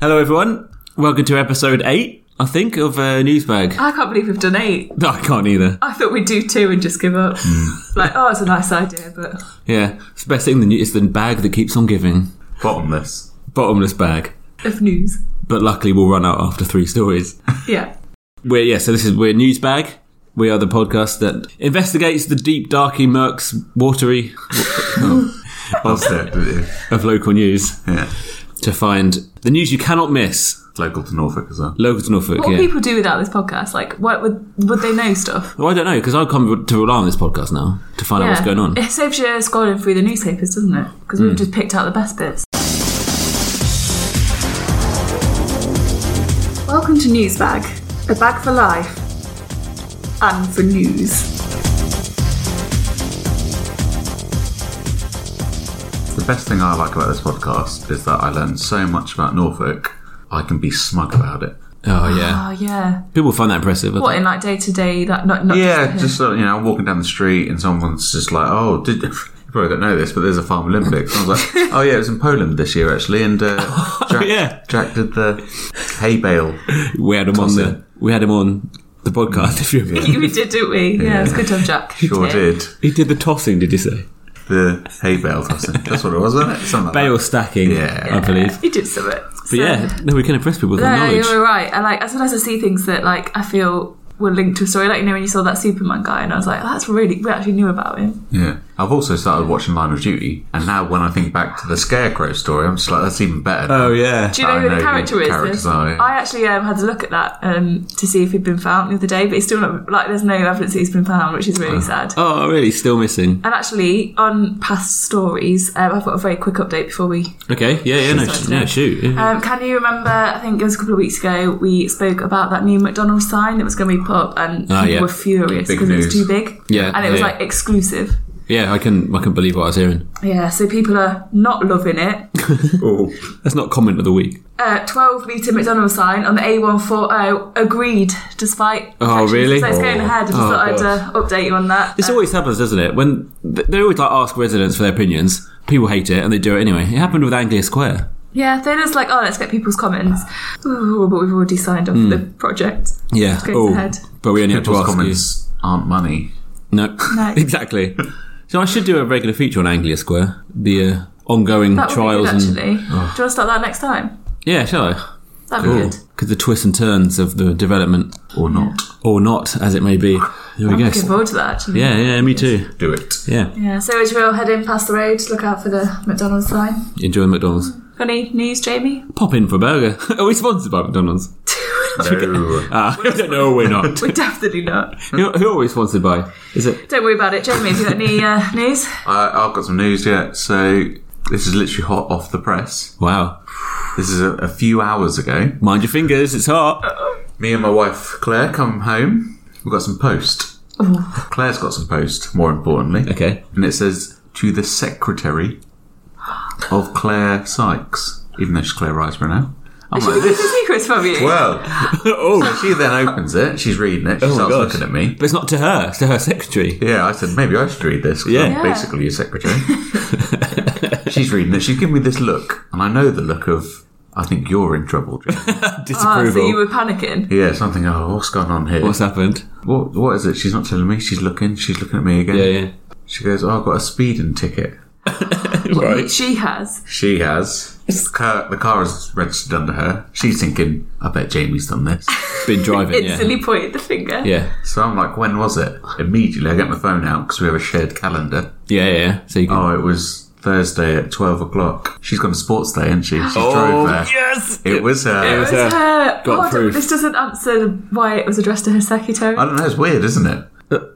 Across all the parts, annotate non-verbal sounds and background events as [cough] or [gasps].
Hello, everyone. Welcome to episode eight, I think, of uh, Newsbag. [laughs] I can't believe we've done eight. No, I can't either. I thought we'd do two and just give up. Hmm. like, oh, it's a nice idea, but Yeah, it's the best thing. The new- it's the bag that keeps on giving, Bottomless. bottomless bag. of news. But luckily, we'll run out after three stories. Yeah. We're yeah. So this is we're Newsbag. We are the podcast that investigates the deep, darky murks, watery Lost it, didn't you? of local news Yeah. to find the news you cannot miss. It's local to Norfolk as well. Local to Norfolk. What yeah. would people do without this podcast? Like, what would would they know stuff? Well, I don't know because I've come to rely on this podcast now to find out what's going [laughs] on. It saves you scrolling through the newspapers, doesn't it? Because Hmm. we've just picked out the best bits. Welcome to Newsbag, a bag for life and for news. The best thing I like about this podcast is that I learn so much about Norfolk, I can be smug about it. Oh yeah, Oh yeah. people find that impressive. I What in like day to day? That not not Yeah, here? [laughs] just uh, you know, I'm walking down the street and someone's just like, "Oh, did [laughs] you probably don't know this, but there's a Farm Olympics." And I [laughs] was like, "Oh yeah, it was in Poland this year actually." And uh, Jack, Oh, yeah. Jack did the hay bale. We had him on Toss the it. we had him on the podcast. If you remember. we did, didn't we? Yeah, it's good to have Jack. [laughs] Sure did he did the tossing, did you say? the hay bale tossing. That's what it was, wasn't it? Something like Bale that. stacking, Yeah. I believe. He did some of it. But yeah, no, we can impress people with our No, knowledge. you're right. I like. Sometimes I see things that like I feel were linked to a story. Like you know when you saw that Superman guy, and I was like, oh, that's really we actually knew about him. Yeah. I've also started watching Line of Duty, and now when I think back to the Scarecrow story, I'm just like, that's even better. Oh yeah, Do you know I who the know who character the is? characters are, yeah. I actually um, had a look at that um, to see if he'd been found the other day, but he's still not. Like, there's no evidence that he's been found, which is Uh. really sad. oh really? Still missing? And actually, on past stories, um, I've got a very quick update before we Okay, yeah, yeah, no, Sorry. no, shoot. yeah. Um, can you remember? I think it was a couple of weeks ago. We spoke about that new McDonald's sign that was going to be put up, and Ah, people yeah. were furious Big because it was too news. big. Yeah, and it was yeah. like exclusive. yeah, I can, I can believe what I was hearing. Yeah, so people are not loving it. That's not comment of the week. Uh, Twelve meter McDonald's sign on the A one four zero agreed, despite. Oh, objections. really? So it's going Oh. ahead. I just Oh, thought I'd uh, update you on that. This Uh, always happens, doesn't it? When th- they always like ask residents for their opinions, people hate it and they do it anyway. It happened with Anglia Square. yeah, they're just like, oh, let's get people's comments. Ooh, but we've already signed Hmm. off the project. Yeah. goes ahead. but we only have to People's ask comments aren't money. you. No, No. [laughs] exactly. So I should do a regular feature on Anglia Square, the uh, ongoing That would trials be and good, Oh. actually. Do you want to start that next time? yeah, shall I? That'd be good. Because the twists and turns of the development, Or not. or not, as it may be. There we go. Looking forward to that. Actually. Yeah, yeah, me too. [laughs] Do it. Yeah, Yeah, so as you're heading past the road, look out for the McDonald's sign. enjoy McDonald's. Funny news, Jamie? Pop in for a burger. [laughs] Are we sponsored by McDonald's? No. [laughs] Uh, no, we're not. [laughs] We're definitely not. who, who are we sponsored by? Is it? Don't worry about it, Jamie. Have you got any uh, news? I, I've got some news yet. So this is literally hot off the press. Wow. This is a, a few hours ago. Mind your fingers, it's hot. Me and my wife Claire come home. We've got some post. Claire's got some post. More importantly, Okay. [laughs] and it says to the secretary of Claire Sykes, even though she's Claire Riceburn now. I'm like This this. is [laughs] secrets from you. Well, oh, she then opens it. She's reading it. She my starts gosh. looking at me. but it's not to her. It's to her secretary. Yeah, I said maybe I should read this. 'cause Yeah. I'm Yeah. basically [laughs] your secretary. she's reading it. She's giving me this look, and I know the look of. I think you're in trouble. [laughs] Jim." Ah, so Disapproval. you were [laughs] panicking. yeah, something. Oh, what's going on here? What's happened? What? What is it? She's not telling me. She's looking. She's looking at me again. Yeah, yeah. She goes, "Oh, I've got a speeding ticket." Right. She has. She has. The car, the car is registered under her. She's thinking, "I bet Jamie's [laughs] done this." Been driving. Instantly yeah. pointed the finger. Yeah, so I'm like, "When was it?" Immediately, I get my phone out because we have a shared calendar. yeah, yeah. yeah. So you [laughs] can. Oh, it was Thursday at twelve o'clock. She's gone to sports day, and she? She drove there. yes. It was her. Oh, It was uh, her. got Oh, I don't- proof. this doesn't answer why it was addressed to her secretary. I don't know. It's weird, isn't it?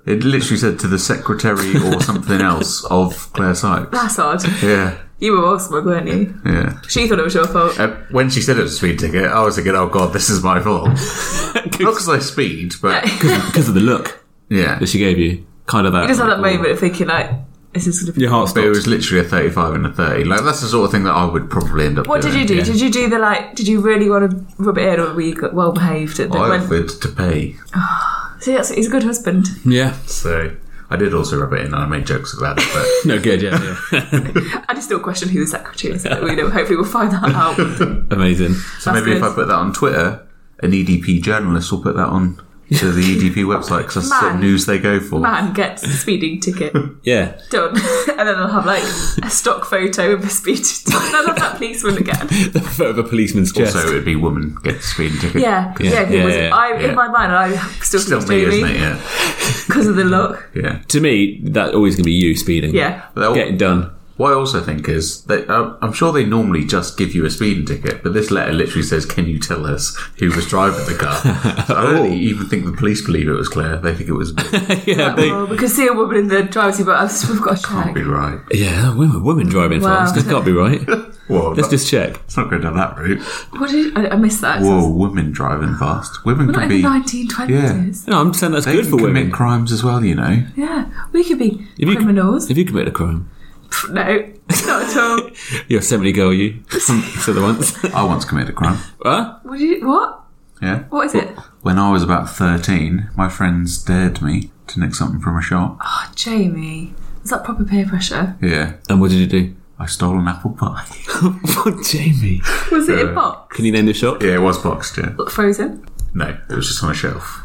It literally said to the secretary [laughs] or something else of Claire Sykes. That's odd. Yeah, You were all smug, weren't you? yeah. She thought it was your fault. Uh, when she said it was a speed ticket, I was thinking, "Oh God, this is my fault." Not because I speed, [laughs] but Because of the look yeah. that she gave you, kind of that. Just had that moment of thinking, like, is this going to be. Your heart But it stopped. was literally a 35 and a 30. Like, that's the sort of thing that I would probably end up What did doing. you do? yeah. Did you do the like? Did you really want to rub it in, or were you got- well behaved? At the, I when, offered to pay. see, that's, he's a good husband. Yeah. So I did also rub it in and I made jokes about it, but No good. Yeah, yeah. I just still question who the secretary is. But we know, hopefully, we'll find that out. Amazing. so That's maybe if good. I put that on Twitter, an EDP journalist will put that on to [laughs] the EDP website because that's the sort of Man. news they go for. Man gets a speeding ticket Yeah. done, [laughs] and then I'll have like a stock photo of a speeding ticket. And I'll have that policeman again. [laughs] The foot of a policeman's chest. Also, it would be woman gets speeding ticket. Yeah, yeah, yeah. yeah, was- yeah, I, yeah. In my mind, I still Still think me, it's isn't it? Jamie Yeah. because of the look. Yeah. to me, that always going to be you speeding. Yeah, But that- Get it done. [laughs] What I also think is that uh, I'm sure they normally just give you a speeding ticket, but this letter literally says, "Can you tell us who was driving the car?" So [laughs] I Oh. don't even think the police believe it was Claire. They think it was me. Yeah, they, well, Oh, we could see a woman in the driver's seat, but I've, just- we've got a Can't be check. right. yeah, women, women driving Wow. fast. That can't be [laughs] right. Well, Let's just check. let's not go down that route. What did I, I missed that? Whoa, women driving fast. Women We're not can in be the 1920s. No, I'm saying that's they good can for commit women. crimes as well. You know, Yeah. we could be you- criminals. Have you committed a crime? Pff, no, not at all. You're a 70 girl, [laughs] you. so the once. I once committed a crime. Huh? Would you, what? Yeah. What is it? When I was about 13, my friends dared me to nick something from a shop. Oh, Jamie. Is that proper peer pressure? Yeah. And what did you do? I stole an apple pie. [laughs] [laughs] What, Jamie? Was it Uh, in box? Can you name the shop? Yeah, it was boxed, yeah. Frozen? No, it was just on a shelf.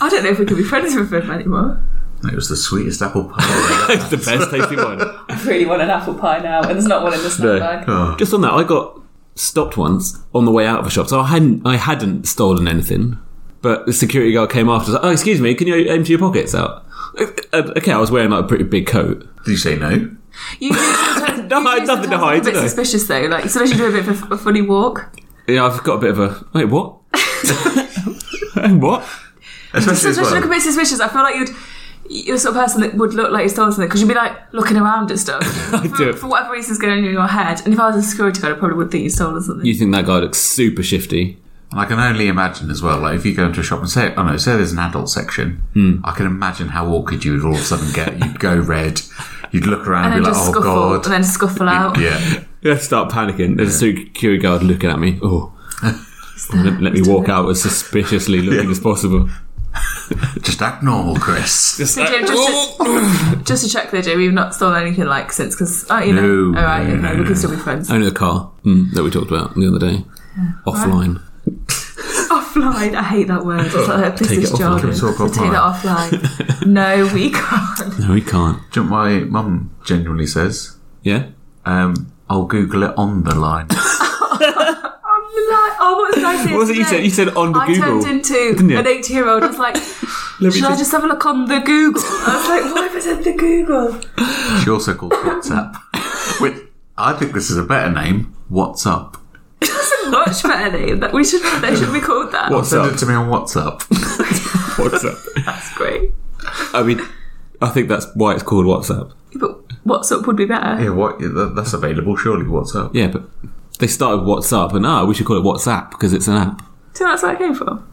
I don't know if we could be friends with them anymore. It was the sweetest apple pie. [laughs] [laughs] It's the best tasty one. I really want an apple pie now, and there's not one in the snack No. bag. oh, Just on that, I got stopped once on the way out of a shop. So I hadn't, I hadn't stolen anything, but the security guard came after. was Like, oh, excuse me, can you empty your pockets out? Uh, Okay, I was wearing like a pretty big coat. did you say no? You [laughs] do No, sometimes, you do I had nothing to sometimes hide, look A did I? bit suspicious though. Like sometimes you do a bit of a, a [laughs] funny walk. Yeah, I've got a bit of a wait. What? [laughs] what? [laughs] Especially as Sometimes you look a well. bit suspicious. I feel like you'd. You're the sort of person that would look like you stole something because you'd be like looking around [laughs] at stuff. I for, do. For whatever reason's going on in your head. And if I was a security guard, I probably would think you stole something. You think that guy looks super shifty? And I can only imagine as well, like if you go into a shop and say, oh no, say there's an adult section, Hmm. I can imagine how awkward you would all of a sudden get. [laughs] You'd go red, you'd look around and, and then be like, just oh scuffle god. and [laughs] then scuffle out. yeah. Yeah, start panicking. There's a security guard looking at me. Oh, let, let me walk out as suspiciously looking as possible. Just act normal, [laughs] Chris. So, Jim, just, to, just to check there, Jim, you've not stolen anything like since because oh, you know, No, all right, no, okay, no, we no. can still [laughs] be friends Only the car mm, that we talked about the other day, offline. offline. I hate that word. It's like a Take it business offline. jargon. Can we talk We'll Take that [laughs] offline. no, we can't. [laughs] No, we can't. Do you know what my mum genuinely says? Yeah, Um, I'll Google it on the line. I'm like, oh, what was I saying? What was it you today? said? You said on the I Google, turned into you? an 80 year old. I [laughs] was like, Let me should I just- just have a look on the Google? I was like, why have I said the Google? [laughs] she also calls WhatsApp. Which I think this is a better name. WhatsApp. That's a much better name. That we should they should be called that. Send WhatsApp. it to me on WhatsApp. What's up? [laughs] That's great. I mean, I think that's why it's called WhatsApp. But WhatsApp would be better. yeah, what? that- That's available, surely. WhatsApp. Yeah, but they started WhatsApp, and ah, we should call it WhatsApp because it's an app. So that's where it came from.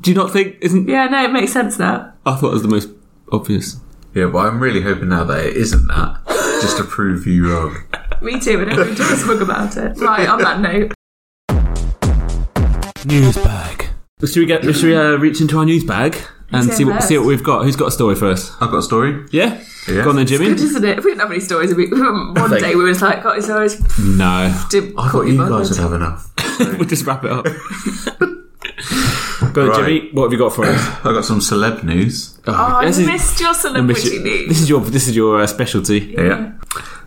Do you not think? Isn't Yeah, no, it makes sense now. I thought it was the most obvious. Yeah, but I'm really hoping now that it isn't that, just to prove you wrong. Me too, and everyone talks talk about it. Right, on that note. News bag. Should we get? Should we uh, reach into our news bag and Who's see going what see what first? we've got? Who's got a story for us? I've got a story. Yeah, Yeah. go on then, Jimmy. Good, isn't it? If we didn't have any stories, we, [laughs] one Thank- day we were just like, God, it's always. No, [laughs] I thought you guys would have enough. we'll just wrap it [laughs] up. go on, Right. Jimmy. What have you got for us? I got some celeb news. Oh, I This is- missed your I miss celebrity you. news. This is your this is your uh, specialty. Yeah.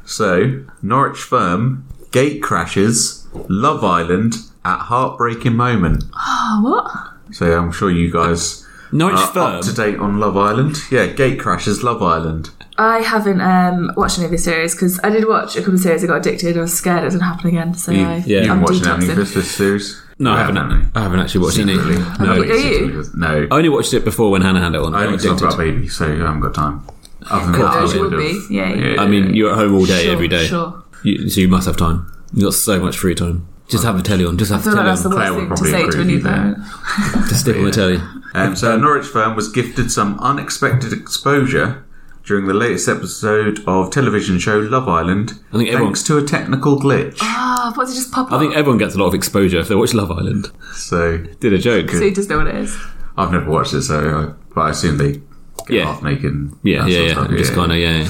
So Norwich firm gate crashes. Love Island at heartbreaking moment. Oh, what? So I'm sure you guys Norwich are firm. Uh, up to date on Love Island. Yeah, gate crashes. Love Island. I haven't um, watched any of the series because I did watch a couple of series. I got addicted. I was scared it was going to happen again. So I, You, have I'm been watching any detoxing. of this, this series? No, I Yeah, haven't. Oh, apparently. I haven't actually watched any. Secretly. No, Are you? No. I only watched it before when Hannah had it on. I only I, talk addicted. about baby, so I haven't got time. Other than Cool. what As you I would would have. be, yeah. I mean, you're at home all day, Sure, every day, Sure. You, so you must have time. You've got so much free time. Just have a telly on. Just have I the feel like telly that's the on. worst Claire would thing to probably say agree to a with new you there. parent. Just stick on the telly. Um, so, a Norwich firm was gifted some unexpected exposure during the latest episode of television show Love Island, I think everyone- thanks to a technical glitch. Ah, what's it just pop I up? think everyone gets a lot of exposure if they watch Love Island. So, Did a joke. so you just know what it is. I've never watched it, so uh, I, but I assume they get Yeah. half naked. and Yeah, that yeah, sort of yeah. stuff. I'm just Um, kind of yeah. yeah.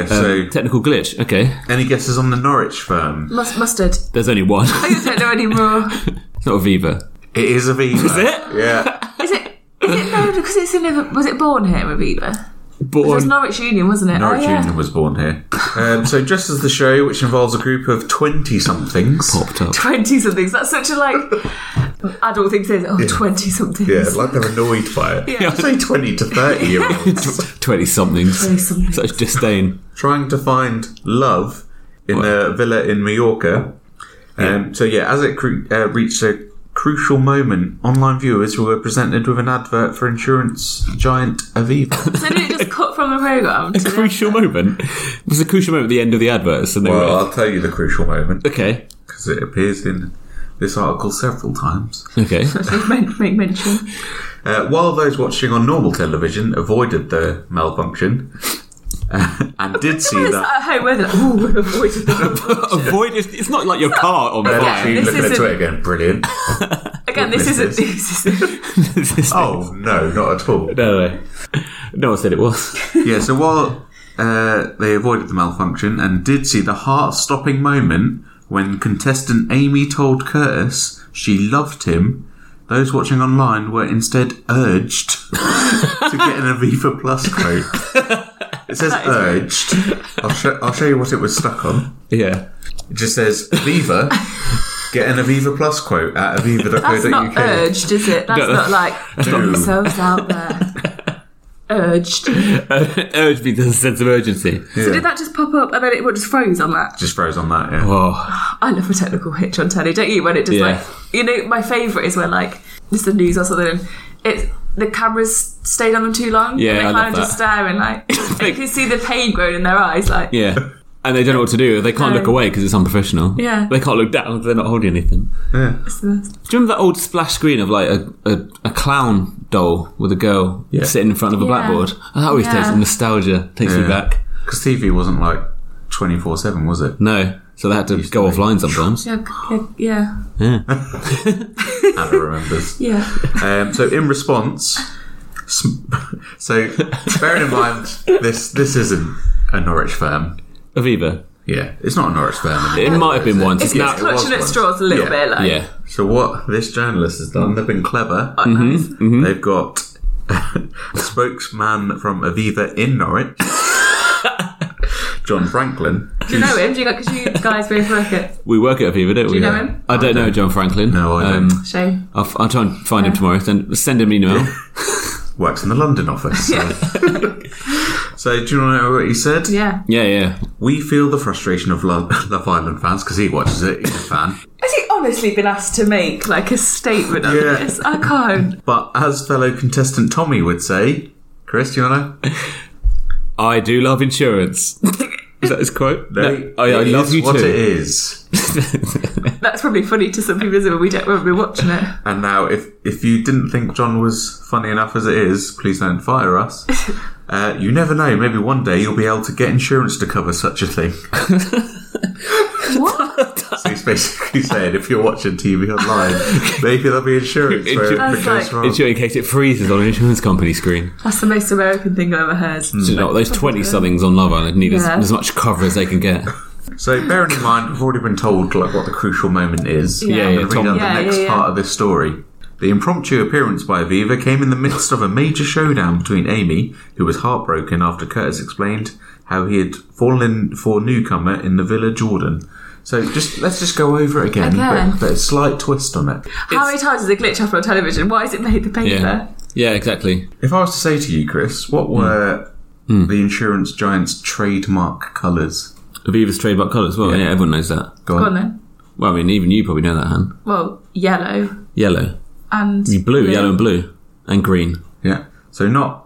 yeah. So, Technical glitch. Okay, any guesses on the Norwich firm? Mus- [laughs] mustard. there's only one. [laughs] I don't know anymore. it's not Aviva. It is Aviva. Is it? [laughs] Yeah. Is it? Is it no? Because it's in. Liver- Was it born here, Aviva? It was Born. Norwich Union, wasn't it? Norwich oh, yeah. Union was born here. Um, so, just as the show, which involves a group of 20 somethings. Popped [laughs] up. Twenty somethings. That's such a like [laughs] adult thing to say. Oh, 20 somethings. Yeah, like they're annoyed by it. Yeah. I'd say 20 to 30 year [laughs] olds. Twenty somethings. somethings. Such disdain. trying to find love in a villa in Mallorca. Um, So yeah, as it cru- uh, reached a crucial moment, online viewers were presented with an advert for insurance giant [laughs] Aviva. So did it just cut from the program? A [laughs] crucial moment. It was a crucial moment at the end of the adverts, and they were I'll tell you the crucial moment okay, because it appears in this article several times. okay. make, make mention. Uh, while those watching on normal television avoided the malfunction uh, and did see It's that. at home where they're like, ooh, we've avoided [laughs] that. Avoid. It's, it's not like your car on [laughs] Yeah, fire. this looking at isn't- Twitter again, brilliant. Again, this Witness isn't. this. This isn't. This is- oh no, not at all. no, no. No one said it was. [laughs] Yeah, so while uh, they avoided the malfunction and did see the heart stopping moment when contestant Amy told Curtis she loved him, those watching online were instead urged [laughs] to get an Aviva Plus coat. [laughs] It says urged. I'll, show I'll show you what it was stuck on. Yeah. It just says Aviva. Get an Aviva Plus quote at That's not aviva.co.uk. urged, is it? That's No. not like put No. yourselves out there. urged. [laughs] So Urge me to a sense of urgency. did that just pop up and then it just froze on that? Just froze on that, yeah. Oh, I love a technical hitch on telly, don't you? When it just Yeah. like you know, my favourite is when like it's the news or something. And it's the cameras stayed on them too long. Yeah, and they I kind love of just staring [laughs] like [laughs] and you can see the pain growing in their eyes. Like yeah. And they don't know what to do. They can't No. look away because it's unprofessional. Yeah. They can't look down because they're not holding anything. Yeah. it's the best. Do you remember that old splash screen of like a, a, a clown doll with a girl Yeah. sitting in front of a Yeah. blackboard? Oh, that always Yeah. takes nostalgia, takes me Yeah. back. Because TV wasn't like 24 7, was it? No. So they had to go to offline sometimes. yeah, yeah, yeah, Anna [laughs] remembers. yeah. Um, so in response, sm- so bearing in mind this this isn't a Norwich firm. Aviva. Yeah, it's not a Norwich firm. It might have been once. It's, Now- it's clutching it at was straws a little once. bit. Like yeah. So what this journalist has done, they've been clever. oh, nice. Mm-hmm. [laughs] Hmm? They've got [laughs] a spokesman from Aviva [laughs] in Norwich, John Franklin. Do you know him? Do you, cause you guys both work at We work at Aviva, don't we? you know him? I don't know John Franklin. No, I Um, [laughs] don't. Shane? I'll, f- I'll try and find him tomorrow. Send, send him an [laughs] email. Works in the [laughs] London office. Oh. So. so do you want to know what he said? Yeah. yeah, yeah. We feel the frustration of Love, [laughs] Love Island fans because he watches it. He's a fan. Has he honestly been asked to make like a statement on Yeah. this? I can't. But as fellow contestant Tommy would say, Chris, do you [laughs] want to? I do love insurance. [laughs] Is that his quote? No, Oh, I, I it love is you what it too. is. [laughs] That's probably funny to some people, isn't it? We don't when we're watching it. And now, if if you didn't think John was funny enough as it is, please don't [laughs] fire us. Uh, you never know. Maybe one day you'll be able to get insurance to cover such a thing. [laughs] What? So he's basically saying, if you're watching TV online, maybe there'll be insurance where Insur- it goes That's like- wrong. Insure in case it freezes on an insurance company [laughs] screen. That's the most American thing I've ever heard. Do you know, those 20 somethings on Love Island need Yeah. as, as much cover as they can [laughs] get. So bearing in mind, we've already been told like what the crucial moment is. Yeah. Yeah, I'm yeah, gonna read Tom- out Yeah, the yeah, next yeah. part of this story. The impromptu appearance by Aviva came in the midst of a major showdown between Amy, who was heartbroken after Curtis explained how he had fallen for newcomer in the Villa Jordan. So just let's just go over it again, Again. But, but a slight twist on it. How many times does it glitch up on television? Why has it made the paper? Yeah. Yeah, exactly. If I was to say to you, Chris, what were the insurance giant's trademark colours? Aviva's trademark colour as well. Yeah. everyone knows that. Go Go on then. Well, I mean, even you probably know that, Han. Well, yellow Yellow. and Blue, yellow and blue. And green. Yeah. So not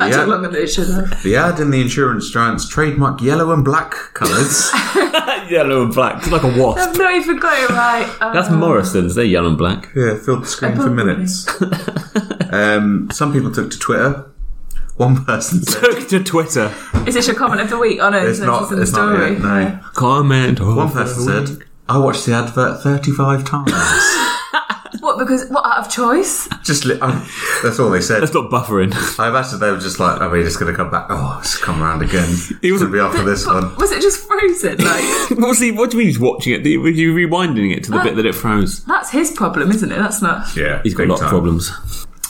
I Yeah. took longer than it should have. The ad in the insurance giant's trademark yellow and black [laughs] colours. [laughs] yellow and black. It's like a wasp. I've not even got it right. [laughs] Um, That's Morrison's. They're yellow and [laughs] black. yeah, filled the screen [laughs] for minutes. um, some people took to Twitter. [laughs] One person said to Twitter. Is this your comment of the week? Oh no, it's no, not. in It's the not story. yet. No. Comment. Oh, One person said I watched the advert thirty-five times. [laughs] What What? Because what? Out of choice? Just li- I, that's all they [laughs] said. That's not buffering. I imagine they were just like, "Are we just going to come back? Oh, it's come around again. [laughs] He It's was- going to be after this But [laughs] one." was it just [laughs] frozen? Like What's he, what do you mean he's watching it? Were you rewinding it to the bit that it froze? that's his problem, isn't it? That's not. Yeah, He's got big a lot time. of problems.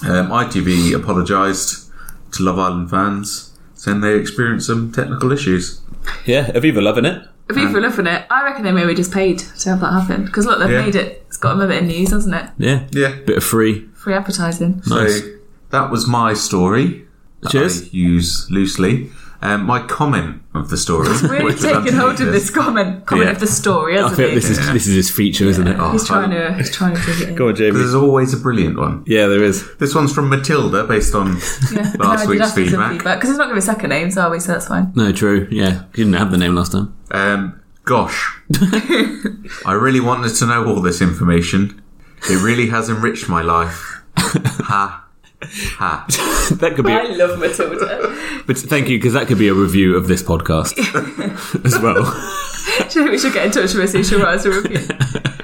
Um, ITV apologised to Love Island fans, saying they experienced some technical issues. Yeah, Aviva loving it. If people love it, I reckon they maybe just paid to have that happen. Because look, they've Yeah. made it. It's got them a bit of news, hasn't it? Yeah. Yeah. Bit of free. Free [laughs] advertising. Nice. So that was my story. that Cheers. I use loosely. Um, my comment of the story. Really which was taking hold of underneath this comment, comment Yeah. of the story, I hasn't feel he? this is Yeah. this is his feature, isn't it? Oh, he's trying to. He's trying to dig it in. Go on, Jamie. There's always a brilliant one. Yeah, there is. This one's from Matilda, based on Yeah. last week's feedback. Because he's not giving second names, are we? So that's fine. No, true. Yeah, he didn't have the name last [laughs] time. Um, [laughs] gosh, I really wanted to know all this information. It really has enriched my life. Ha. Ha. That could be. I love Matilda. [laughs] But thank you, because that could be a review of this [laughs] podcast as well. we should get in touch with her see if she'll write us a review.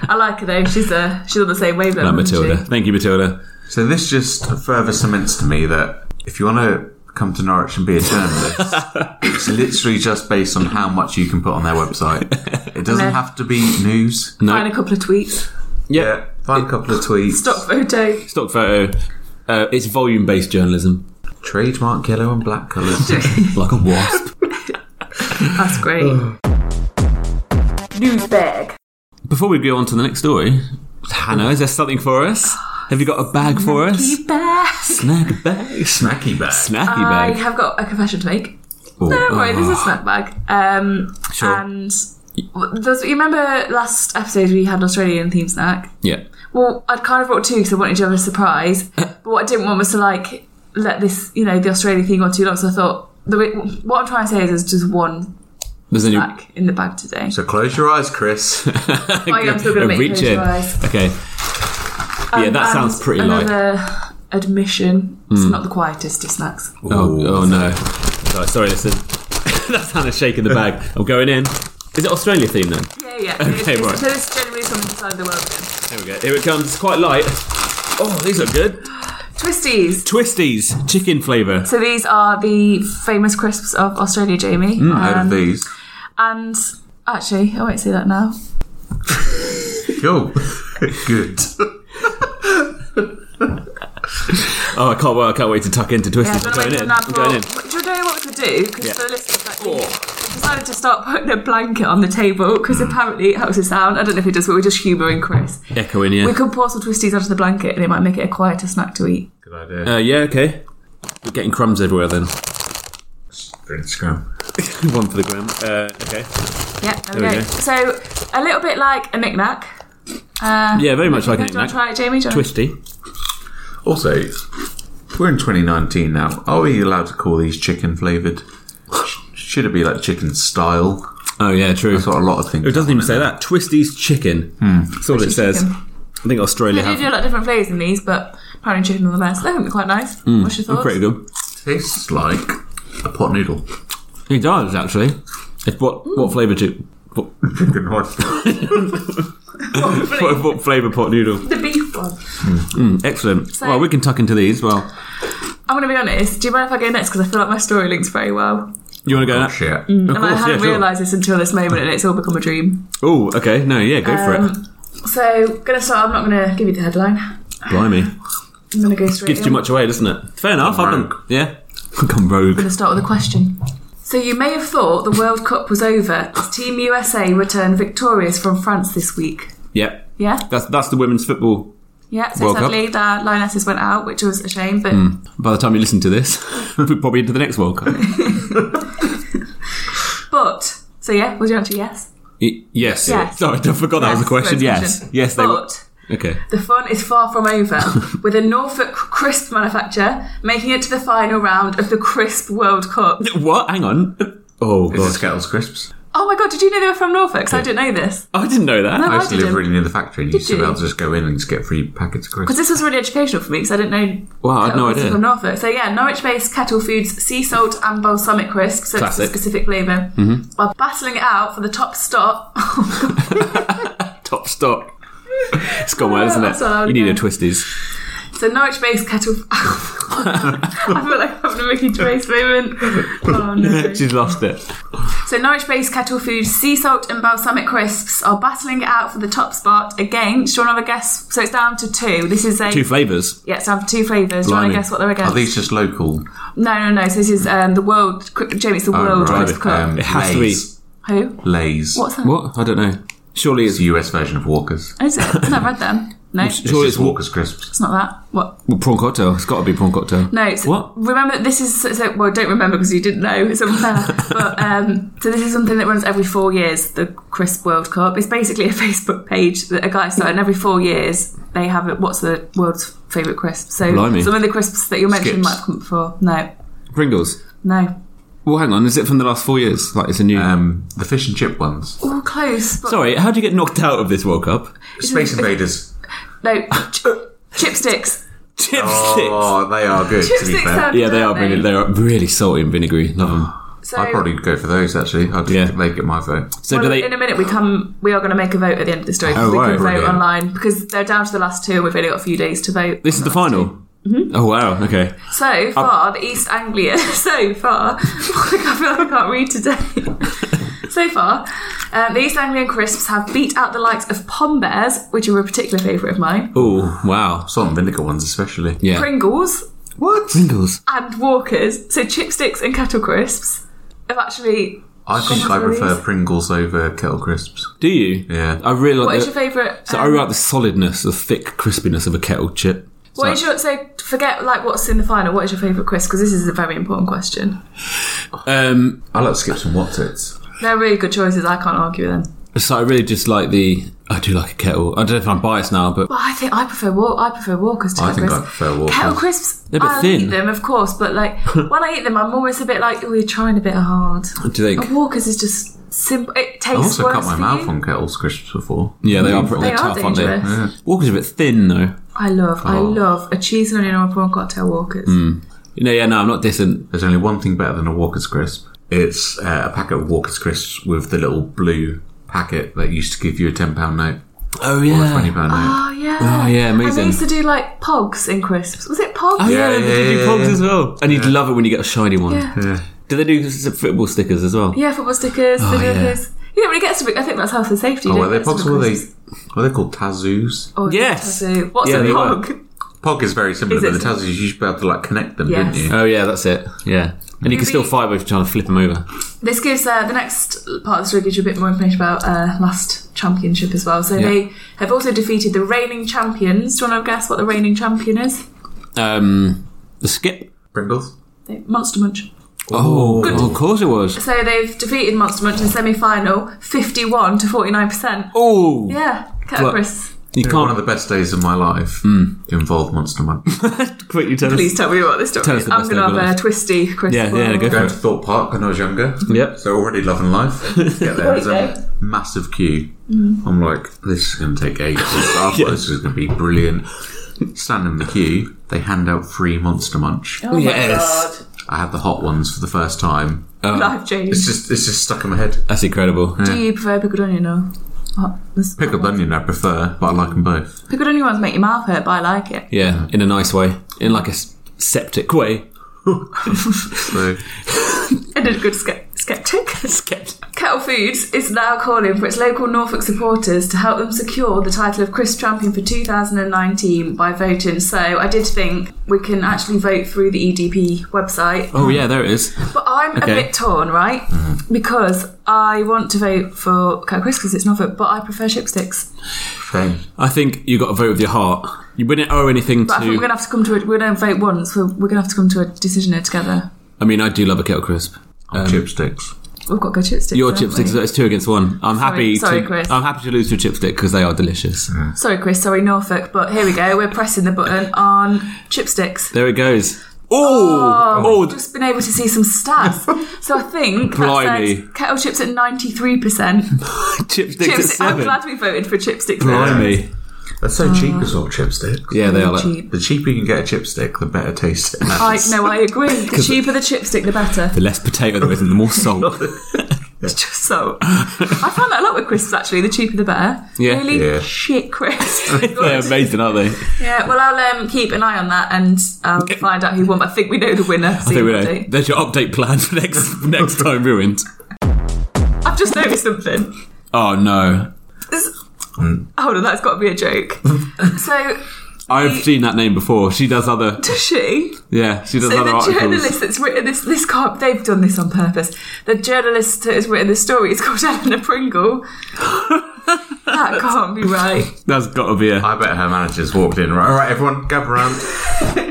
I like her though. She's uh, she's on the same wavelength. Uh, isn't she? Matilda. Thank you, Matilda. So this just further cements to me that if you want to come to Norwich and be a [laughs] journalist, it's literally just based on how much you can put on their website. It doesn't have to be news. No. Find a couple of tweets. Yeah, find a couple of tweets. Stock photo. [laughs] Stock photo. Uh, it's volume based journalism. Trademark yellow and black colours. Like a [laughs] wasp. That's great. News bag. Before we go on to the next story, Hannah, is there something for us? Have you got a bag for us? Snack bag. Snacky [laughs] Snacky bag. I bag. have got a confession to make. Oh, Don't worry, oh. this is a snack bag. Um, Sure. And does, you remember last episode we had an Australian theme snack? oh. Yeah. Well, I'd kind of brought two because I wanted to have [coughs] a surprise. but what I didn't want was to like let this, you know, the Australia thing on too long. So I thought the way, what I'm trying to say is there's just one There's a new. [laughs] snack in the bag today. So close your eyes, [laughs] Chris. I am still gonna Uh, make reach close in. your eyes. Okay. yeah, that Um, And sounds pretty Hmm. light. another admission. It's not the quietest of snacks. Oh, oh no. Sorry, sorry, listen. [laughs] That's Hannah shaking the bag. I'm going in. Is it Australia theme then? Yeah, yeah. Okay, It's- right. So this is generally from inside the world. Here then. we go. Here it comes. It's quite light. Oh, these are good. Twisties. Twisties, chicken flavour. So these are the famous crisps of Australia, Jamie. Hmm, Out Um, of these. and actually, I won't say that now. [laughs] Cool. Good. Oh, I can't, well, I can't wait to tuck into Yeah, Twisties. I'm I'm going gonna in. wait till I'm going in. now for- Do you know what we could do? Because Yeah. the listeners like, Oh. we decided to start putting a blanket on the table because apparently it helps the sound. I don't know if it does, but we're just humouring Chris. Echo in, yeah. We could pour some twisties onto the blanket and it might make it a quieter snack to eat. Good idea. Uh, yeah, okay. We're getting crumbs everywhere then. [laughs] Instagram. One for the gram. Uh, okay. Yeah, there, There we we go. go. So a little bit like a knick-knack. Uh, Yeah, very much like do a you want to knick-knack. try it, Jamie? Do you wanna- Twisty. Also, we're in 2019 now. Are we allowed to call these chicken flavoured? Should it be like chicken style? Oh, yeah, true. That's what Hmm. a lot of things. It doesn't even say that. Twisties chicken. That's all it says. chicken. I think Australia They do do a have. lot of different flavours in these, but apparently chicken on the best. They think they're quite nice. What's your thoughts? Hmm, Pretty good. tastes like a pot noodle. [laughs] It does actually. It's what what flavour to what, Chicken one. [laughs] what, [laughs] what flavour pot noodle? The beef one. Excellent. So- well, we can tuck into these. Well, I'm going to be honest. Do you mind if I go next? Because I feel like my story links very well. you want to go? Oh now? shit. Of and I course, hadn't yeah, realised this until this moment, and it's all become a dream. sure. Oh, okay. No, yeah, go for Um, it. So, gonna start. I'm not gonna give you the headline. Blimey, I'm gonna go straight. gives in. too much away, doesn't it? Fair enough. Gone I've done. rogue. Yeah, [laughs] I've gone rogue. gonna start with a question. So, you may have thought the World Cup was over as Team USA returned victorious from France this week. Yep. Yeah, That's that's the women's football. yeah. So World Cup. Hmm. sadly, the Lionesses went out, which was a shame. But By the time you listen to this, [laughs] we're probably into the next World Cup. but so yeah, was your answer yes? Y- yes. Yes. Sorry, I forgot that was a Yes, question. great Yes. question. Oh. Yes, they But were. Okay. The fun is far [laughs] from over, with a Norfolk crisp manufacturer making it to the final round of the Crisp World Cup. What? Hang on. Oh Is it god, Skittles crisps? Oh my god, did you know they were from Norfolk? 'Cause I didn't know this. I didn't know that. No, I I used to live didn't. really near the factory and used to be you? able to just go in and just get free packets of Because crisps. this was really educational for me because I didn't know. Wow, I had Oh, no This is idea. From Norfolk. So yeah, Norwich-based Kettle Foods sea salt and balsamic crisp, so Classic. it's a specific flavor mm-hmm. [laughs] Oh, While battling it out for the top stop, Top stock. it's gone [laughs] well, isn't That's what I it? would You need a have twisties. So Norwich-based kettle. [laughs] I feel like I'm having a Ricky Trace moment. Oh [laughs] no. She's lost it. So Norwich-based kettle food, sea salt and balsamic crisps are battling it out for the top spot against. Do you want to have a guess? So it's down to two. This is a Two flavours. yeah, it's down to two flavors. Do you want Blimey. to guess what they're against? Are these just local? No, no, no. So this is um, the world. Jamie, it's the world Oh, right, Oh, crisp cup. um, It has to Lay's. Who? Lays. What's that? What? I don't know. Surely it's It's the US version of Walker's. Is it? I've not read them. No, it's It's Surely just it's- Walker's crisps. not that. What? prawn cocktail. It's got to be prawn cocktail. No, it's, What? Remember that this is so, well. Don't remember because you didn't know. It's unfair. but um, so this is something that runs every four years. The Crisp World Cup. It's basically a [laughs] Facebook page that a guy started. And every four years, they have it. What's the world's favorite crisp? So Blimey. some of the crisps that you're mentioning Skips. might have come before. No, Pringles. no. Well, hang on. Is it from the last four years? Like it's a new. Um, the fish and chip ones. All close. But Sorry, how do you get knocked out of this World Cup? [laughs] Space Invaders. No. ch- chipsticks. Chipsticks. Oh, they are good, to be Chipsticks fair. Um, sound yeah, they are lovely. really, they are really salty and vinegary. Love them. So, I'd probably go for those, actually. I'd Yeah. they get my vote. So well, do they? in a minute we come. We are going to make a vote at the end of the story because Oh, we right, can vote brilliant. online because they're down to the last two and we've only got a few days to vote. this is the final. Mm-hmm. Oh wow. Okay. So far, the East Anglia. [laughs] So far, I feel like I can't [laughs] read today. so far, um, the East Anglian crisps have beat out the likes of Pom Bears, which are a particular favourite of mine, Oh wow. Salt and vinegar ones, especially. Yeah. Pringles, what? Pringles. and Walkers. So chipsticks and kettle crisps have actually. I think I Salt and prefer vinegar. Pringles over kettle crisps. Do you? Yeah. I really like. What is the- your favourite? um, so I really like the solidness, the thick crispiness of a kettle chip. What is your so forget like what's in the final? What is your favourite crisp? Because this is a very important question. Um, I like skips and Watsits. They're really good choices. I can't argue with them. so I really just like the. I do like a kettle. I don't know if I'm biased now, but But I think I prefer wa- I prefer Walkers to I kettle think I crisps. prefer Walkers. Kettle crisps. They're a bit I eat thin. them, of course, but like [laughs] when I eat them, I'm almost a bit like oh, you're trying a bit hard. do they? And Walkers is just simple. It tastes I also worse cut my for mouth you. on kettle crisps before. Yeah, they are They pretty are tough, aren't they? dangerous. Yeah. Walkers are a bit thin though. I love I Oh. Mm. love a cheese and onion on a prawn cocktail Walkers. No, yeah, no, I'm not dissing. There's only one thing better than a Walker's crisp. It's uh, a packet of Walker's crisps with the little blue packet that used to give you a ten pound note Oh or a yeah. twenty pound [gasps] note. Oh yeah. Oh, yeah, And they amazing. used to do like pogs in crisps. Was it pogs? Oh yeah, Yeah, they do yeah, yeah, pogs yeah. as well. And you'd love it when you get a shiny one. Yeah. Yeah. Do they do s- football stickers as well? Yeah, football stickers. Oh, they do yeah. those. You don't really get to. I think that's health and safety. Oh, you were don't they get to pogs? Were they? Christmas. Were they called Tazos? Oh, Yes. yeah, Tazoo. What's Yeah, a they were. pog? Pog is very similar, Is but it? the Tazos you used to be able to like connect them, Yes. didn't you? Oh yeah, that's it. Yeah, and you can still fight by trying to flip them over. This gives uh, the next part of the story gives you a bit more information about uh, last championship as well. So Yeah. they have also defeated the reigning champions. Do you want to guess what the reigning champion is? Um, the skip. Pringles. They- Monster Munch. Oh, Good. of course it was. So they've defeated Monster Munch in semi-final, fifty-one to forty-nine percent. Oh, Yeah, Well- Cat Chris. you One of can't Hmm. the best days of my life involved [laughs] Monster Munch. quickly tell Please tell me what this story Tell us is. the I'm best going to day of your have a life. twisty Chris. Yeah, yeah, one. go for Going to Thorpe Park when I was younger. Yep. So already loving life. Get there, there's a massive queue. I'm like, this is going to take ages. I thought this is going to be brilliant. Stand in the queue. They hand out free Monster Munch. Oh my Yes. God. I had the hot ones for the first time. Life It's change. just, it's just stuck in my head. That's incredible. Do you prefer pickled onion or? Oh, this- Pickled onion, I prefer, but I like them both. Pickled onion ones make your mouth hurt, but I like it. Yeah, in a nice way, in like a s- septic way. So And a good ske- skeptic. [laughs] Skip. Kettle Foods is now calling for its local Norfolk supporters to help them secure the title of Chris Champion for 2019 by voting. So I did think we can actually vote through the EDP website. Oh yeah, there it is. But I'm Okay. Mm-hmm. a bit torn, right? Because I want to vote for Kettle Chris because it's Norfolk, but I prefer chipsticks. shame. I think you got to vote with your heart. You wouldn't owe anything But I to. think we're going to have to come to it. We're going to vote once. We're, we're going to have to come to a decision here together. I mean, I do love a kettle crisp. Um, Chipsticks. We've got to go chipsticks. Your uh, haven't we? chipsticks, it's two against one. I'm happy. sorry, to, Chris. I'm happy to lose to a chipstick because they are delicious. Sorry, Chris. Sorry, Norfolk. But here we go. We're pressing the button on chipsticks. There it goes. Oh, I've oh, just been able to see some stats. So I think that Blimey. says kettle chips at ninety [laughs] three percent. chipsticks at Chips. I'm seven. glad we voted for chipsticks. Blimey. That's so cheap as well, chipsticks. Yeah, they are. Really Like, cheap. The cheaper you can get a chipstick, the better taste it has. I no, I agree. The cheaper the chipstick, the better. [laughs] [laughs] the less potato there is, and the more salt. It's just so. I found that a lot with crisps actually. The cheaper the better. Yeah. Really Yeah. shit [laughs] crisps. They're amazing, aren't they? yeah. Well, I'll um, keep an eye on that and I'll find out who won. But I think we know the winner. I think we know. already. There's your update plan for next next time ruined. I've just noticed something. Oh no. This- Mm. Hold on, that's got to be [laughs] a joke. so I've seen that name before. She does other does she? yeah, she does So other the articles. journalist that's written this this can't, they've done this on purpose. The journalist that has written this story is called [laughs] Eleanor Pringle. that can't be right. That's gotta be a I bet her manager's walked in. Right, all right, everyone, gather [laughs] round.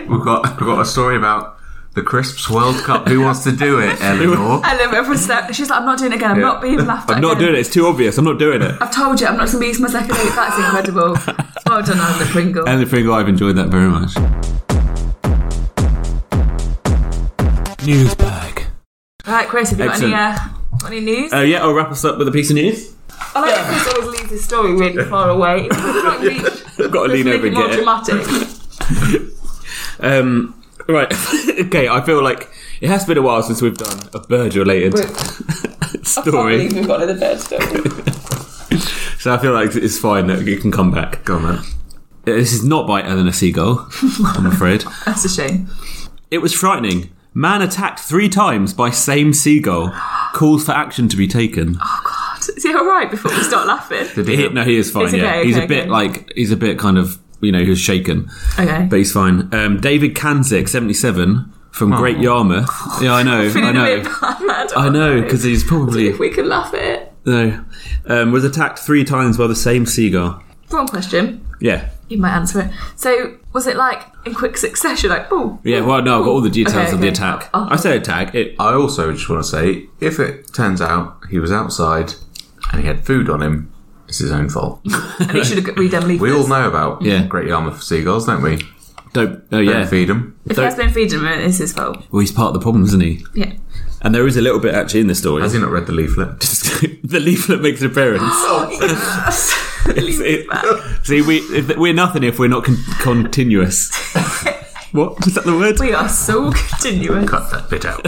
we've got we've got a story about the crisps World Cup. Who wants to do [laughs] it, Eleanor? And then everyone's like, she's like, I'm not doing it again. I'm Yeah. not being laughed at. I'm not again. doing it, it's too obvious. I'm not doing it. I've told you, I'm not going to be using my second date. [laughs] That's incredible. well done, Eleanor Pringle. And the Pringle, I've enjoyed that very much. News bag. right, Chris, have you got any, uh, Excellent. got any news? Uh, yeah, I'll wrap us up with a piece of news. [laughs] I like that Chris always leaves his story really far away. It's like reach. I've got to lean Make over it and more get it. dramatic. [laughs] Um, right. [laughs] okay, I feel like it has been a while since we've done a bird related [laughs] Wait. story. we've got another bed story. So I feel like it's fine that it can come back. Go on, then. This is not by Eleanor [laughs] Seagull, I'm afraid. That's a shame. It was frightening. Man attacked three times by same seagull. Calls for action to be taken. Oh. Is he all right before we start laughing? Did He- he? no, he is fine. It's okay, yeah, he's okay, a bit okay. like he's a bit kind of you know he was shaken, Okay. but he's fine. Um, David Kanzik, seventy-seven from Great Yarmouth. Yeah, I [laughs] know, I Feeling Oh. a know, bit bad. I know, because he's probably if we can laugh at it. no. Um, was attacked three times by the same seagull. Wrong question. Yeah, You might answer it. So, was it like in quick succession? Like, oh, yeah. Well, no, I've got all the details Okay, of the okay. attack. Oh. I say attack. It I also just want to say, if it turns out he was outside and he had food on him, it's his own fault. and he should have read them [laughs] leaflets. We all know about Yeah. Great Yarmouth seagulls, don't we? don't. Oh Don't yeah. feed them. If he has been feeding him, it's his fault. Well, he's part of the problem, isn't he? Yeah. And there is a little bit actually in the story. [laughs] Has he not read the leaflet? the leaflet makes an appearance. Oh, [laughs] Leave it back. See, we if- we're nothing if we're not con- continuous. what is that the word? We are [laughs] so continuous. Cut that bit out.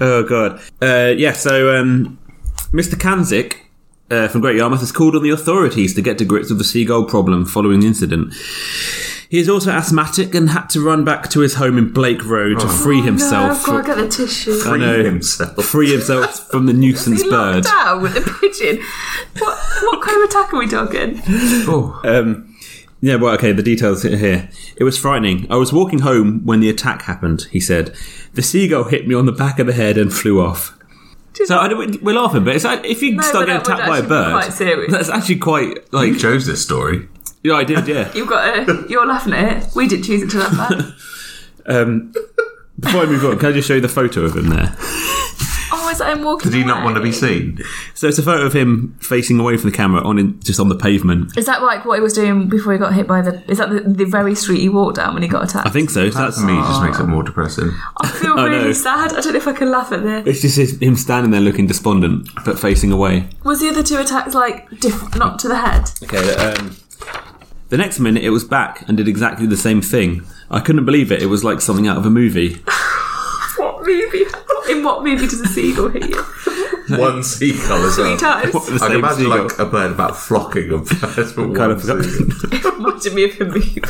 Oh god. Uh, yeah. So, um, Mr. Kanzik. Uh, from Great Yarmouth has called on the authorities to get to grips with the seagull problem following the incident. He is also asthmatic and had to run back to his home in Blake Road to free Oh, No, himself, I've got to get the tissue. I know. Free himself. free [laughs] himself from the nuisance He bird. locked down with the pigeon. What, what kind of attack are [laughs] we talking? Oh, [laughs] Um, yeah, well, okay, the details are here. It was frightening. I was walking home when the attack happened, he said. The seagull hit me on the back of the head and flew off. So I don't, we're laughing, but it's like, if you No, start but getting that would attacked by a actually be bird, quite [laughs] [laughs] serious. that's actually quite like. you chose this story. [laughs] Yeah, I did. Yeah. You've got a, you're laughing at it. We didn't choose it to laugh [laughs] at. Um, before I move on, can I just show you the photo of him there? Oh, is that him walking? Did he not want to be away? seen? So it's a photo of him facing away from the camera on in, just on the pavement. Is that like what he was doing before he got hit by the? Is that the, the very street he walked down when he got attacked? I think so. so That that's for me just makes it more depressing. I [laughs] feel I really know. sad. I don't know if I can laugh at this. It's just his, him standing there looking despondent, but facing away. Was the other two attacks like diff- not to the head? Okay, um, the next minute it was back and did exactly the same thing. I couldn't believe it. It was like something out of a movie. [laughs] What movie? In what movie does a seagull [laughs] hit you? One seagull as [laughs] Three well. times. [laughs] The I can same imagine seagull. like a bird about flocking of birds, but Kind one of forgot- seagull. Imagine me if a movie.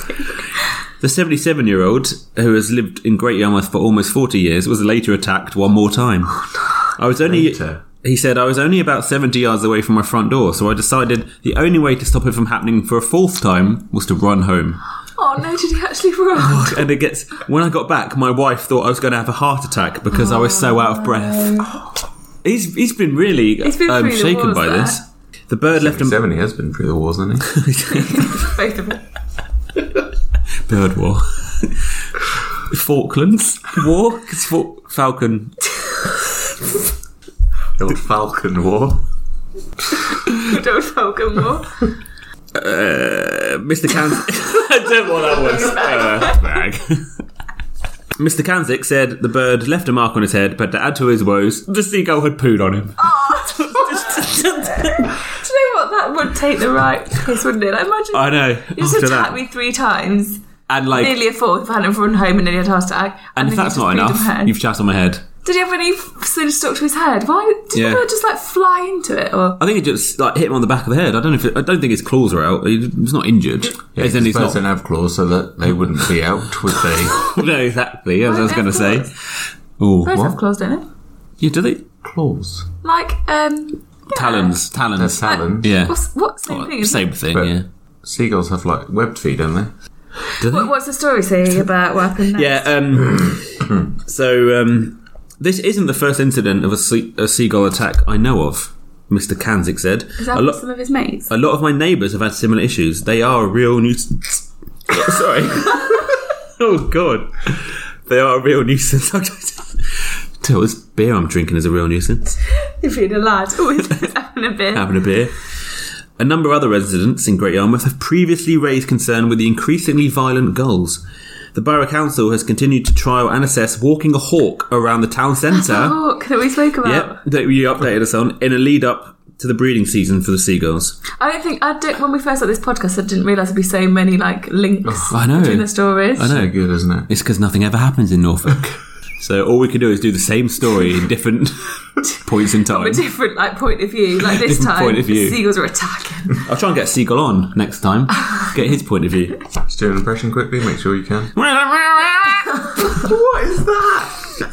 the 77 year old, who has lived in Great Yarmouth for almost 40 years, was later attacked one more time. I was [laughs] only. Oh, Later. He said, I was only about 70 yards away from my front door, so I decided the only way to stop it from happening for a fourth time was to run [laughs] home. Oh no! Did he actually run? And it gets. When I got back, my wife thought I was going to have a heart attack because I was so out of breath. He's, he's been really Oh. He's been um, through the shaken walls by there. this. The bird left him. Seven, he has been through the wars, hasn't he? [laughs] Both of [laughs] them. Bird [laughs] War. Falklands War? 'Cause Fal- Falcon. The old Falcon War. Don't [laughs] Falcon more. Uh, Mr. [laughs] Kanzik. I don't know what that [laughs] was. Uh, bag. [laughs] Mr. Kanzik said the bird left a mark on his head, but to add to his woes, the seagull had pooed on [laughs] him. Ah, Do you know what? That would take the right piss, wouldn't it? Like, imagine I know. you just after attacked that. me three times, And like, nearly a fourth. If I hadn't run home and nearly had a heart attack, and if then you that's just not peed on my enough, head. you've chat on my head. Did he have any f- slings stuck to his head? Why did Yeah. the bird just like fly into it? Or I think it just like hit him on the back of the head. I don't know if it, I don't think his claws are out. He- He's not injured. Yeah, As in he's birds not. don't have claws, so that they wouldn't be out, would they? [laughs] No, exactly. As I was Birds going to have say. claws. Oh, birds have what? claws, don't they? Yeah, do they? claws. Like um, yeah. Talons, They're talons. talons. Yeah. What's what same thing? isn't it? Same thing. But Yeah. Seagulls have like webbed feet, don't they? Do they? What, what's the [laughs] story saying about what happened? Next? Yeah. Um, so um, this isn't the first incident of a, sea- a seagull attack I know of. Mister Kanzik said. Is that a lot. some of his mates? A lot of my neighbours have had similar issues. They are a real nuisance. [coughs] Sorry. [laughs] oh god. They are a real nuisance. [laughs] Tell this beer I'm drinking is a real nuisance. If you're a lad, always having a [laughs] bit. Having a beer. A number of other residents in Great Yarmouth have previously raised concern with the increasingly violent gulls. The Borough Council has continued to trial and assess walking a hawk around the town [laughs] centre. Hawk that we spoke about. Yep, that you updated us on in a lead up to the breeding season for the seagulls. I don't think I did when we first had this podcast. I didn't realize there'd be so many like links Oh, I know. between the stories. I know. They're good, isn't it? It's because nothing ever happens in Norfolk. [laughs] so all we can do is do the same story in [laughs] different points in time. A [laughs] different like point of view. [laughs] Like this Different time, point of view. seagulls are attacking. [laughs] I'll try and get Seagull on next [laughs] time. Get his point of [laughs] view. Just do an impression quickly, make sure [laughs] you can. What is that?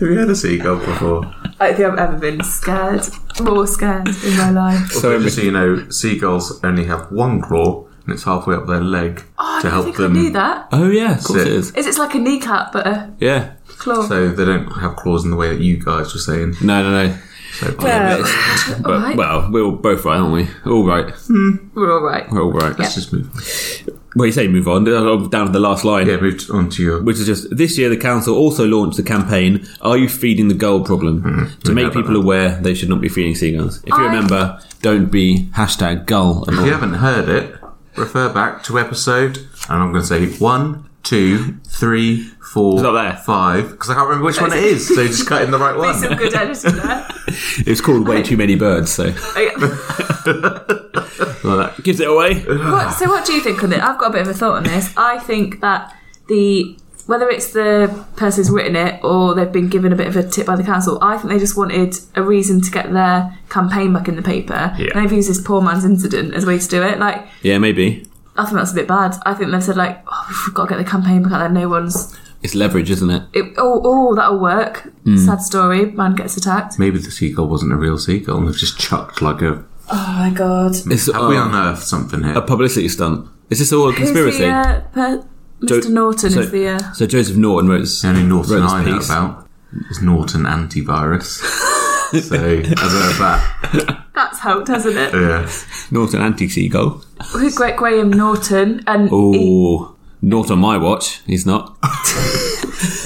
Have you had a seagull before? I don't think I've ever been scared, more scared in my life. So just so you know, seagulls only have one claw and it's halfway up their leg Oh, I to don't help think them. I knew that. oh yeah, of course it Sit. is. Is it like a kneecap but a Yeah. claw? So they don't have claws in the way that you guys were saying. No, no, no. So Well, let's [laughs] all But right. well, we're all both right, aren't we? All right, We're all right. we're all right. just move. on. Well, you say move on I'm down to the last line, Yeah, move t- on to your. which is just this year. The council also launched the campaign "Are you feeding the gull problem?" to make Mm-hmm. about people that. aware they should not be feeding seagulls. If you I- remember, don't be hashtag gull. [laughs] and all If you haven't heard it, refer back to episode, and I'm going to say one, two, three, four, not there. five, because I can't remember which one it is. So just cut in the right Be some one. good editing there. It's called Way Too Many Birds, so Oh, [laughs] yeah. like that gives it away. What, so what do you think on it? I've got a bit of a thought on this. I think that the whether it's the person who's written it or they've been given a bit of a tip by the council, I think they just wanted a reason to get their campaign back in the paper. Yeah. And they've used this poor man's incident as a way to do it. Like, Yeah, maybe I think that's a bit bad. I think they've said like, oh, we've got to get the campaign back out there. No one's. it's leverage, isn't it? It, oh, oh, that'll work. Hmm. Sad story. Man gets attacked. Maybe the seagull wasn't a real seagull, and they've just chucked like a. Oh my god. It's Have we uh, unearthed something here? a publicity stunt. Is this all a Who's conspiracy? the, uh, per- Mr. Jo- Norton so, is the. Uh, so Joseph Norton wrote this. The only Norton wrote this I know piece. about is Norton antivirus. so I don't know if that. that's helped, hasn't it? Yeah. Norton anti seagull. [laughs] Who's Greg Graham Norton and he- Oh, not on my watch. He's not.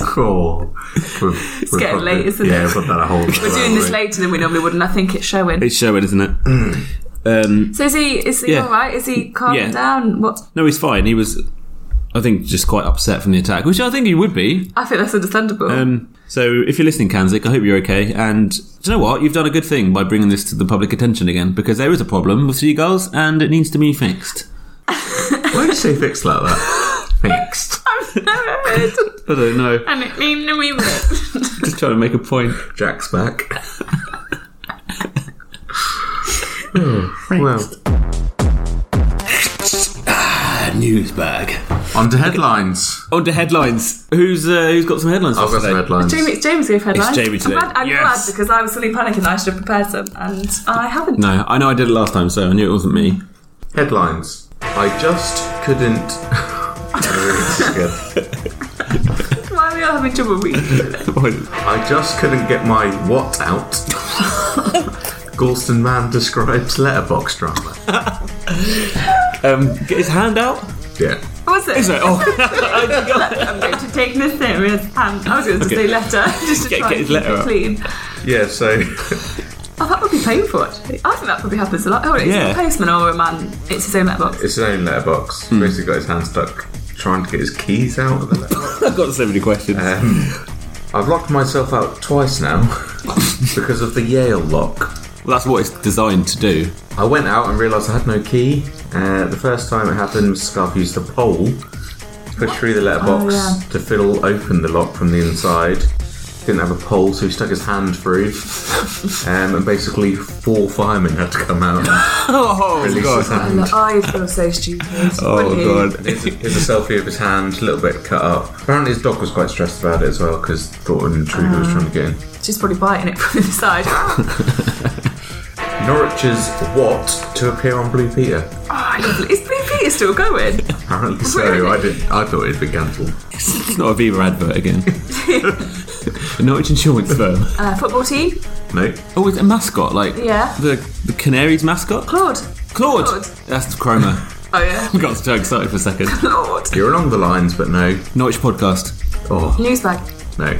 Cool. We've, it's getting late, isn't it? yeah, we've got that a whole. we're doing this later than we normally would, and I think it's showing. It's Sherwood, isn't it? [clears throat] um, So is he? Is he Yeah. all right? Is he calming Yeah. down? What? no, he's fine. He was, I think, just quite upset from the attack, which I think he would be. I think that's understandable. Um, so if you're listening, Kanzik, I hope you're okay. And do you know what? You've done a good thing by bringing this to the public attention again, because there is a problem with seagulls, and it needs to be fixed. Why do you say fixed like that? fixed. [laughs] I've [laughs] never heard, I don't know. and it mean to me that. Just trying to make a point. Jack's back. well, news bag. on to headlines. On to headlines. Who's uh, who's got some headlines? I've for got us some today? headlines. Jamie, it's James gave headlines. Jamie today. I'm, glad, I'm Yes. glad because I was suddenly panicking that I should have prepared some, and I haven't. No, I know I did it last time, so I knew it wasn't [laughs] me. Headlines. I just couldn't. This is good. Why are we all having [laughs] trouble reading? I just couldn't get my what out. Galston Man describes letterbox drama. um, get his hand out. Yeah. What's it? [laughs] Oh, I'm going to take this serious hand. I was going to Okay. say letter, [laughs] just to Get- try get and his keep letter it out. clean. Yeah, so Oh, that would be painful, actually. I think that probably happens a lot. Oh, it's Yeah. a postman or a man. It's his own letterbox. [laughs] it's his own letterbox. Basically got his hand stuck trying to get his keys out of the letterbox. I've got so many questions. Um, I've locked myself out twice now [laughs] because of the Yale lock. well, that's what it's designed to do. I went out and realised I had no key. Uh, the first time it happened, Scarf used the pole, pushed through the letterbox Oh, yeah. to fiddle open the lock from the inside. didn't have a pole, so he stuck his [laughs] hand through, um, and basically four firemen had to come out. And Oh, release his hand. I feel so [laughs] stupid. Oh, Really. It's a selfie of his hand, a little bit cut up. Apparently, his dog was quite stressed about it as well because thought an intruder Oh. was trying to get in. She's probably biting it from the [laughs] side. Ah, Norwich's what to appear on Blue Peter? lovely. Is Blue Peter still going? Oh, Apparently so. I did. I thought it'd been cancelled. It's not a Viva advert again. [laughs] a Norwich insurance firm. Uh, football team? No. Oh, it's a mascot, like Yeah. the the Canaries mascot, Claude. Claude. Claude. That's Chroma. Oh, yeah. I [laughs] got so excited for a second. Claude. You're along the lines, but no. Norwich podcast. Oh Newsbag. no.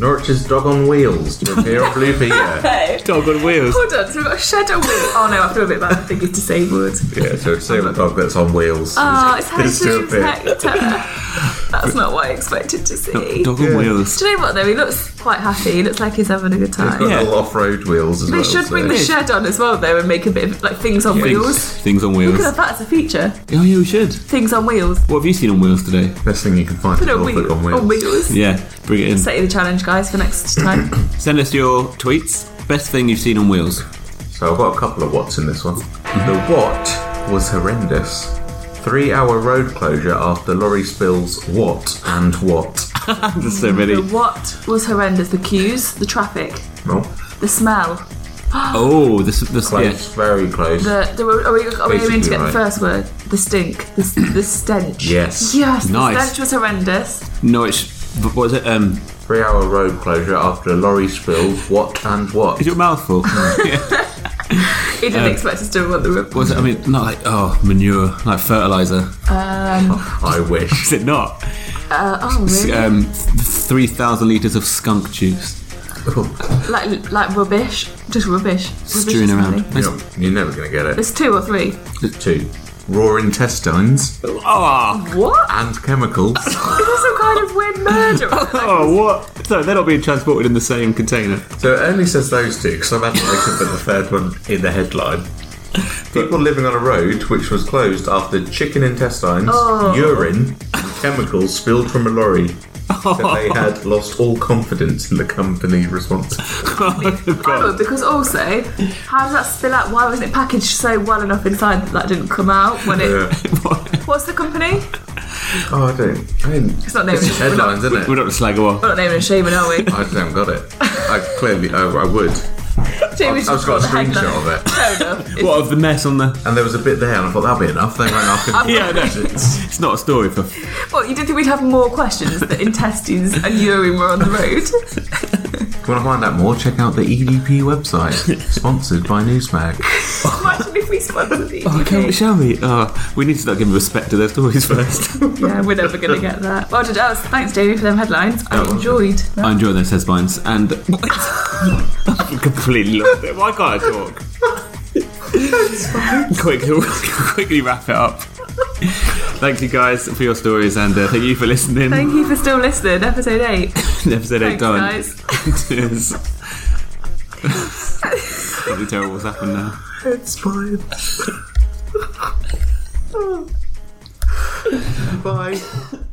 Norwich's dog on wheels to appear on Blue Peter. Hey. Dog on wheels. Hold on, so we've got a shadow wheel. Oh no, I feel a bit bad thinking disabled. [laughs] Yeah, so it's the same dog that's on wheels. Oh, it's It's still Hector. a bit. That's not what I [laughs] expected to see. Dog on wheels. Do you know what though? He looks quite happy. He looks like he's having a good time. Got Yeah. little off-road wheels as They well. should so- bring the shed on as well though and make a bit of like things on wheels. Things, things on wheels. Look at that, that's a feature. Oh yeah, we should. Things on wheels. What have you seen on wheels today? best thing you can find. Put is it on Norfolk wheels. on On wheels. Yeah, bring it in. Set you the challenge, guys, for next time. Send us your tweets. Best thing you've seen on wheels. So I've got a couple of whats in this one. Mm-hmm. The what was horrendous. Three hour road closure after lorry spills what and what. There's so The many. what was horrendous? The queues, the traffic, Oh, the smell. Oh, this this yeah. close, very close. The, the are we, are we aiming to Basically get the right. first word? The stink. The, s- the stench. Yes. Yes. Nice. The stench was horrendous. Norwich. What was it? Um, Three hour road closure after lorry spills what and what. is your mouthful? He didn't expect us to want the rip. was it? I mean, not like oh manure, like fertilizer. [laughs] I wish. [laughs] Is it not? um, Uh, oh It's, really? Um, three thousand liters of skunk juice Like like rubbish. Just rubbish. rubbish strewn is around. funny. It's- You're, you're never going to get it. There's two or three. Two. Raw intestines Oh, What? and chemicals. Is this some kind of weird [laughs] murder? oh, what? So they're not being transported in the same container. So it only says those two because I'm happy they could put the third one in the headline. People living on a road which was closed after chicken intestines, urine, and chemicals spilled from a lorry. That they had lost all confidence in the company responsible. Oh, because also, how does that spill out? Why wasn't it packaged so well enough inside that that didn't come out when it? Yeah. What's the company? Oh, I don't. I didn't. It's not naming. It's We're not, headlines, isn't [laughs] We're it? not just slagging off. we're not naming and shaming, are [laughs] we? I just haven't got it. I clearly, I, I would. Jamie's I've just just got a the headline. screenshot of it. Fair enough. What of the mess on the? And there was a bit there, and I thought that'll be enough. They went off. and- [laughs] Yeah, no. It's not a story for. Well, you didn't think we'd have more questions that intestines and urine were on the [laughs] road? If you want to find out more, check out the EDP [laughs] website, sponsored by Newsmag. Imagine if we sponsored the E Oh, [laughs] can we, EDP. shall we? Oh, we need to start giving respect to their stories first. Yeah, we're never going to get that. Well, did us. Thanks, Jamie, for them headlines. I enjoyed. I enjoy those headlines and I [laughs] completely lost it. Why can't I talk? quickly, [laughs] quickly wrap it up. Thank you guys for your stories and uh, thank you for listening. Thank you for still listening. Episode eight. [laughs] Episode eight Thanks, done. guys. [laughs] Cheers. [laughs] Something terrible has happened now. It's fine. Bye.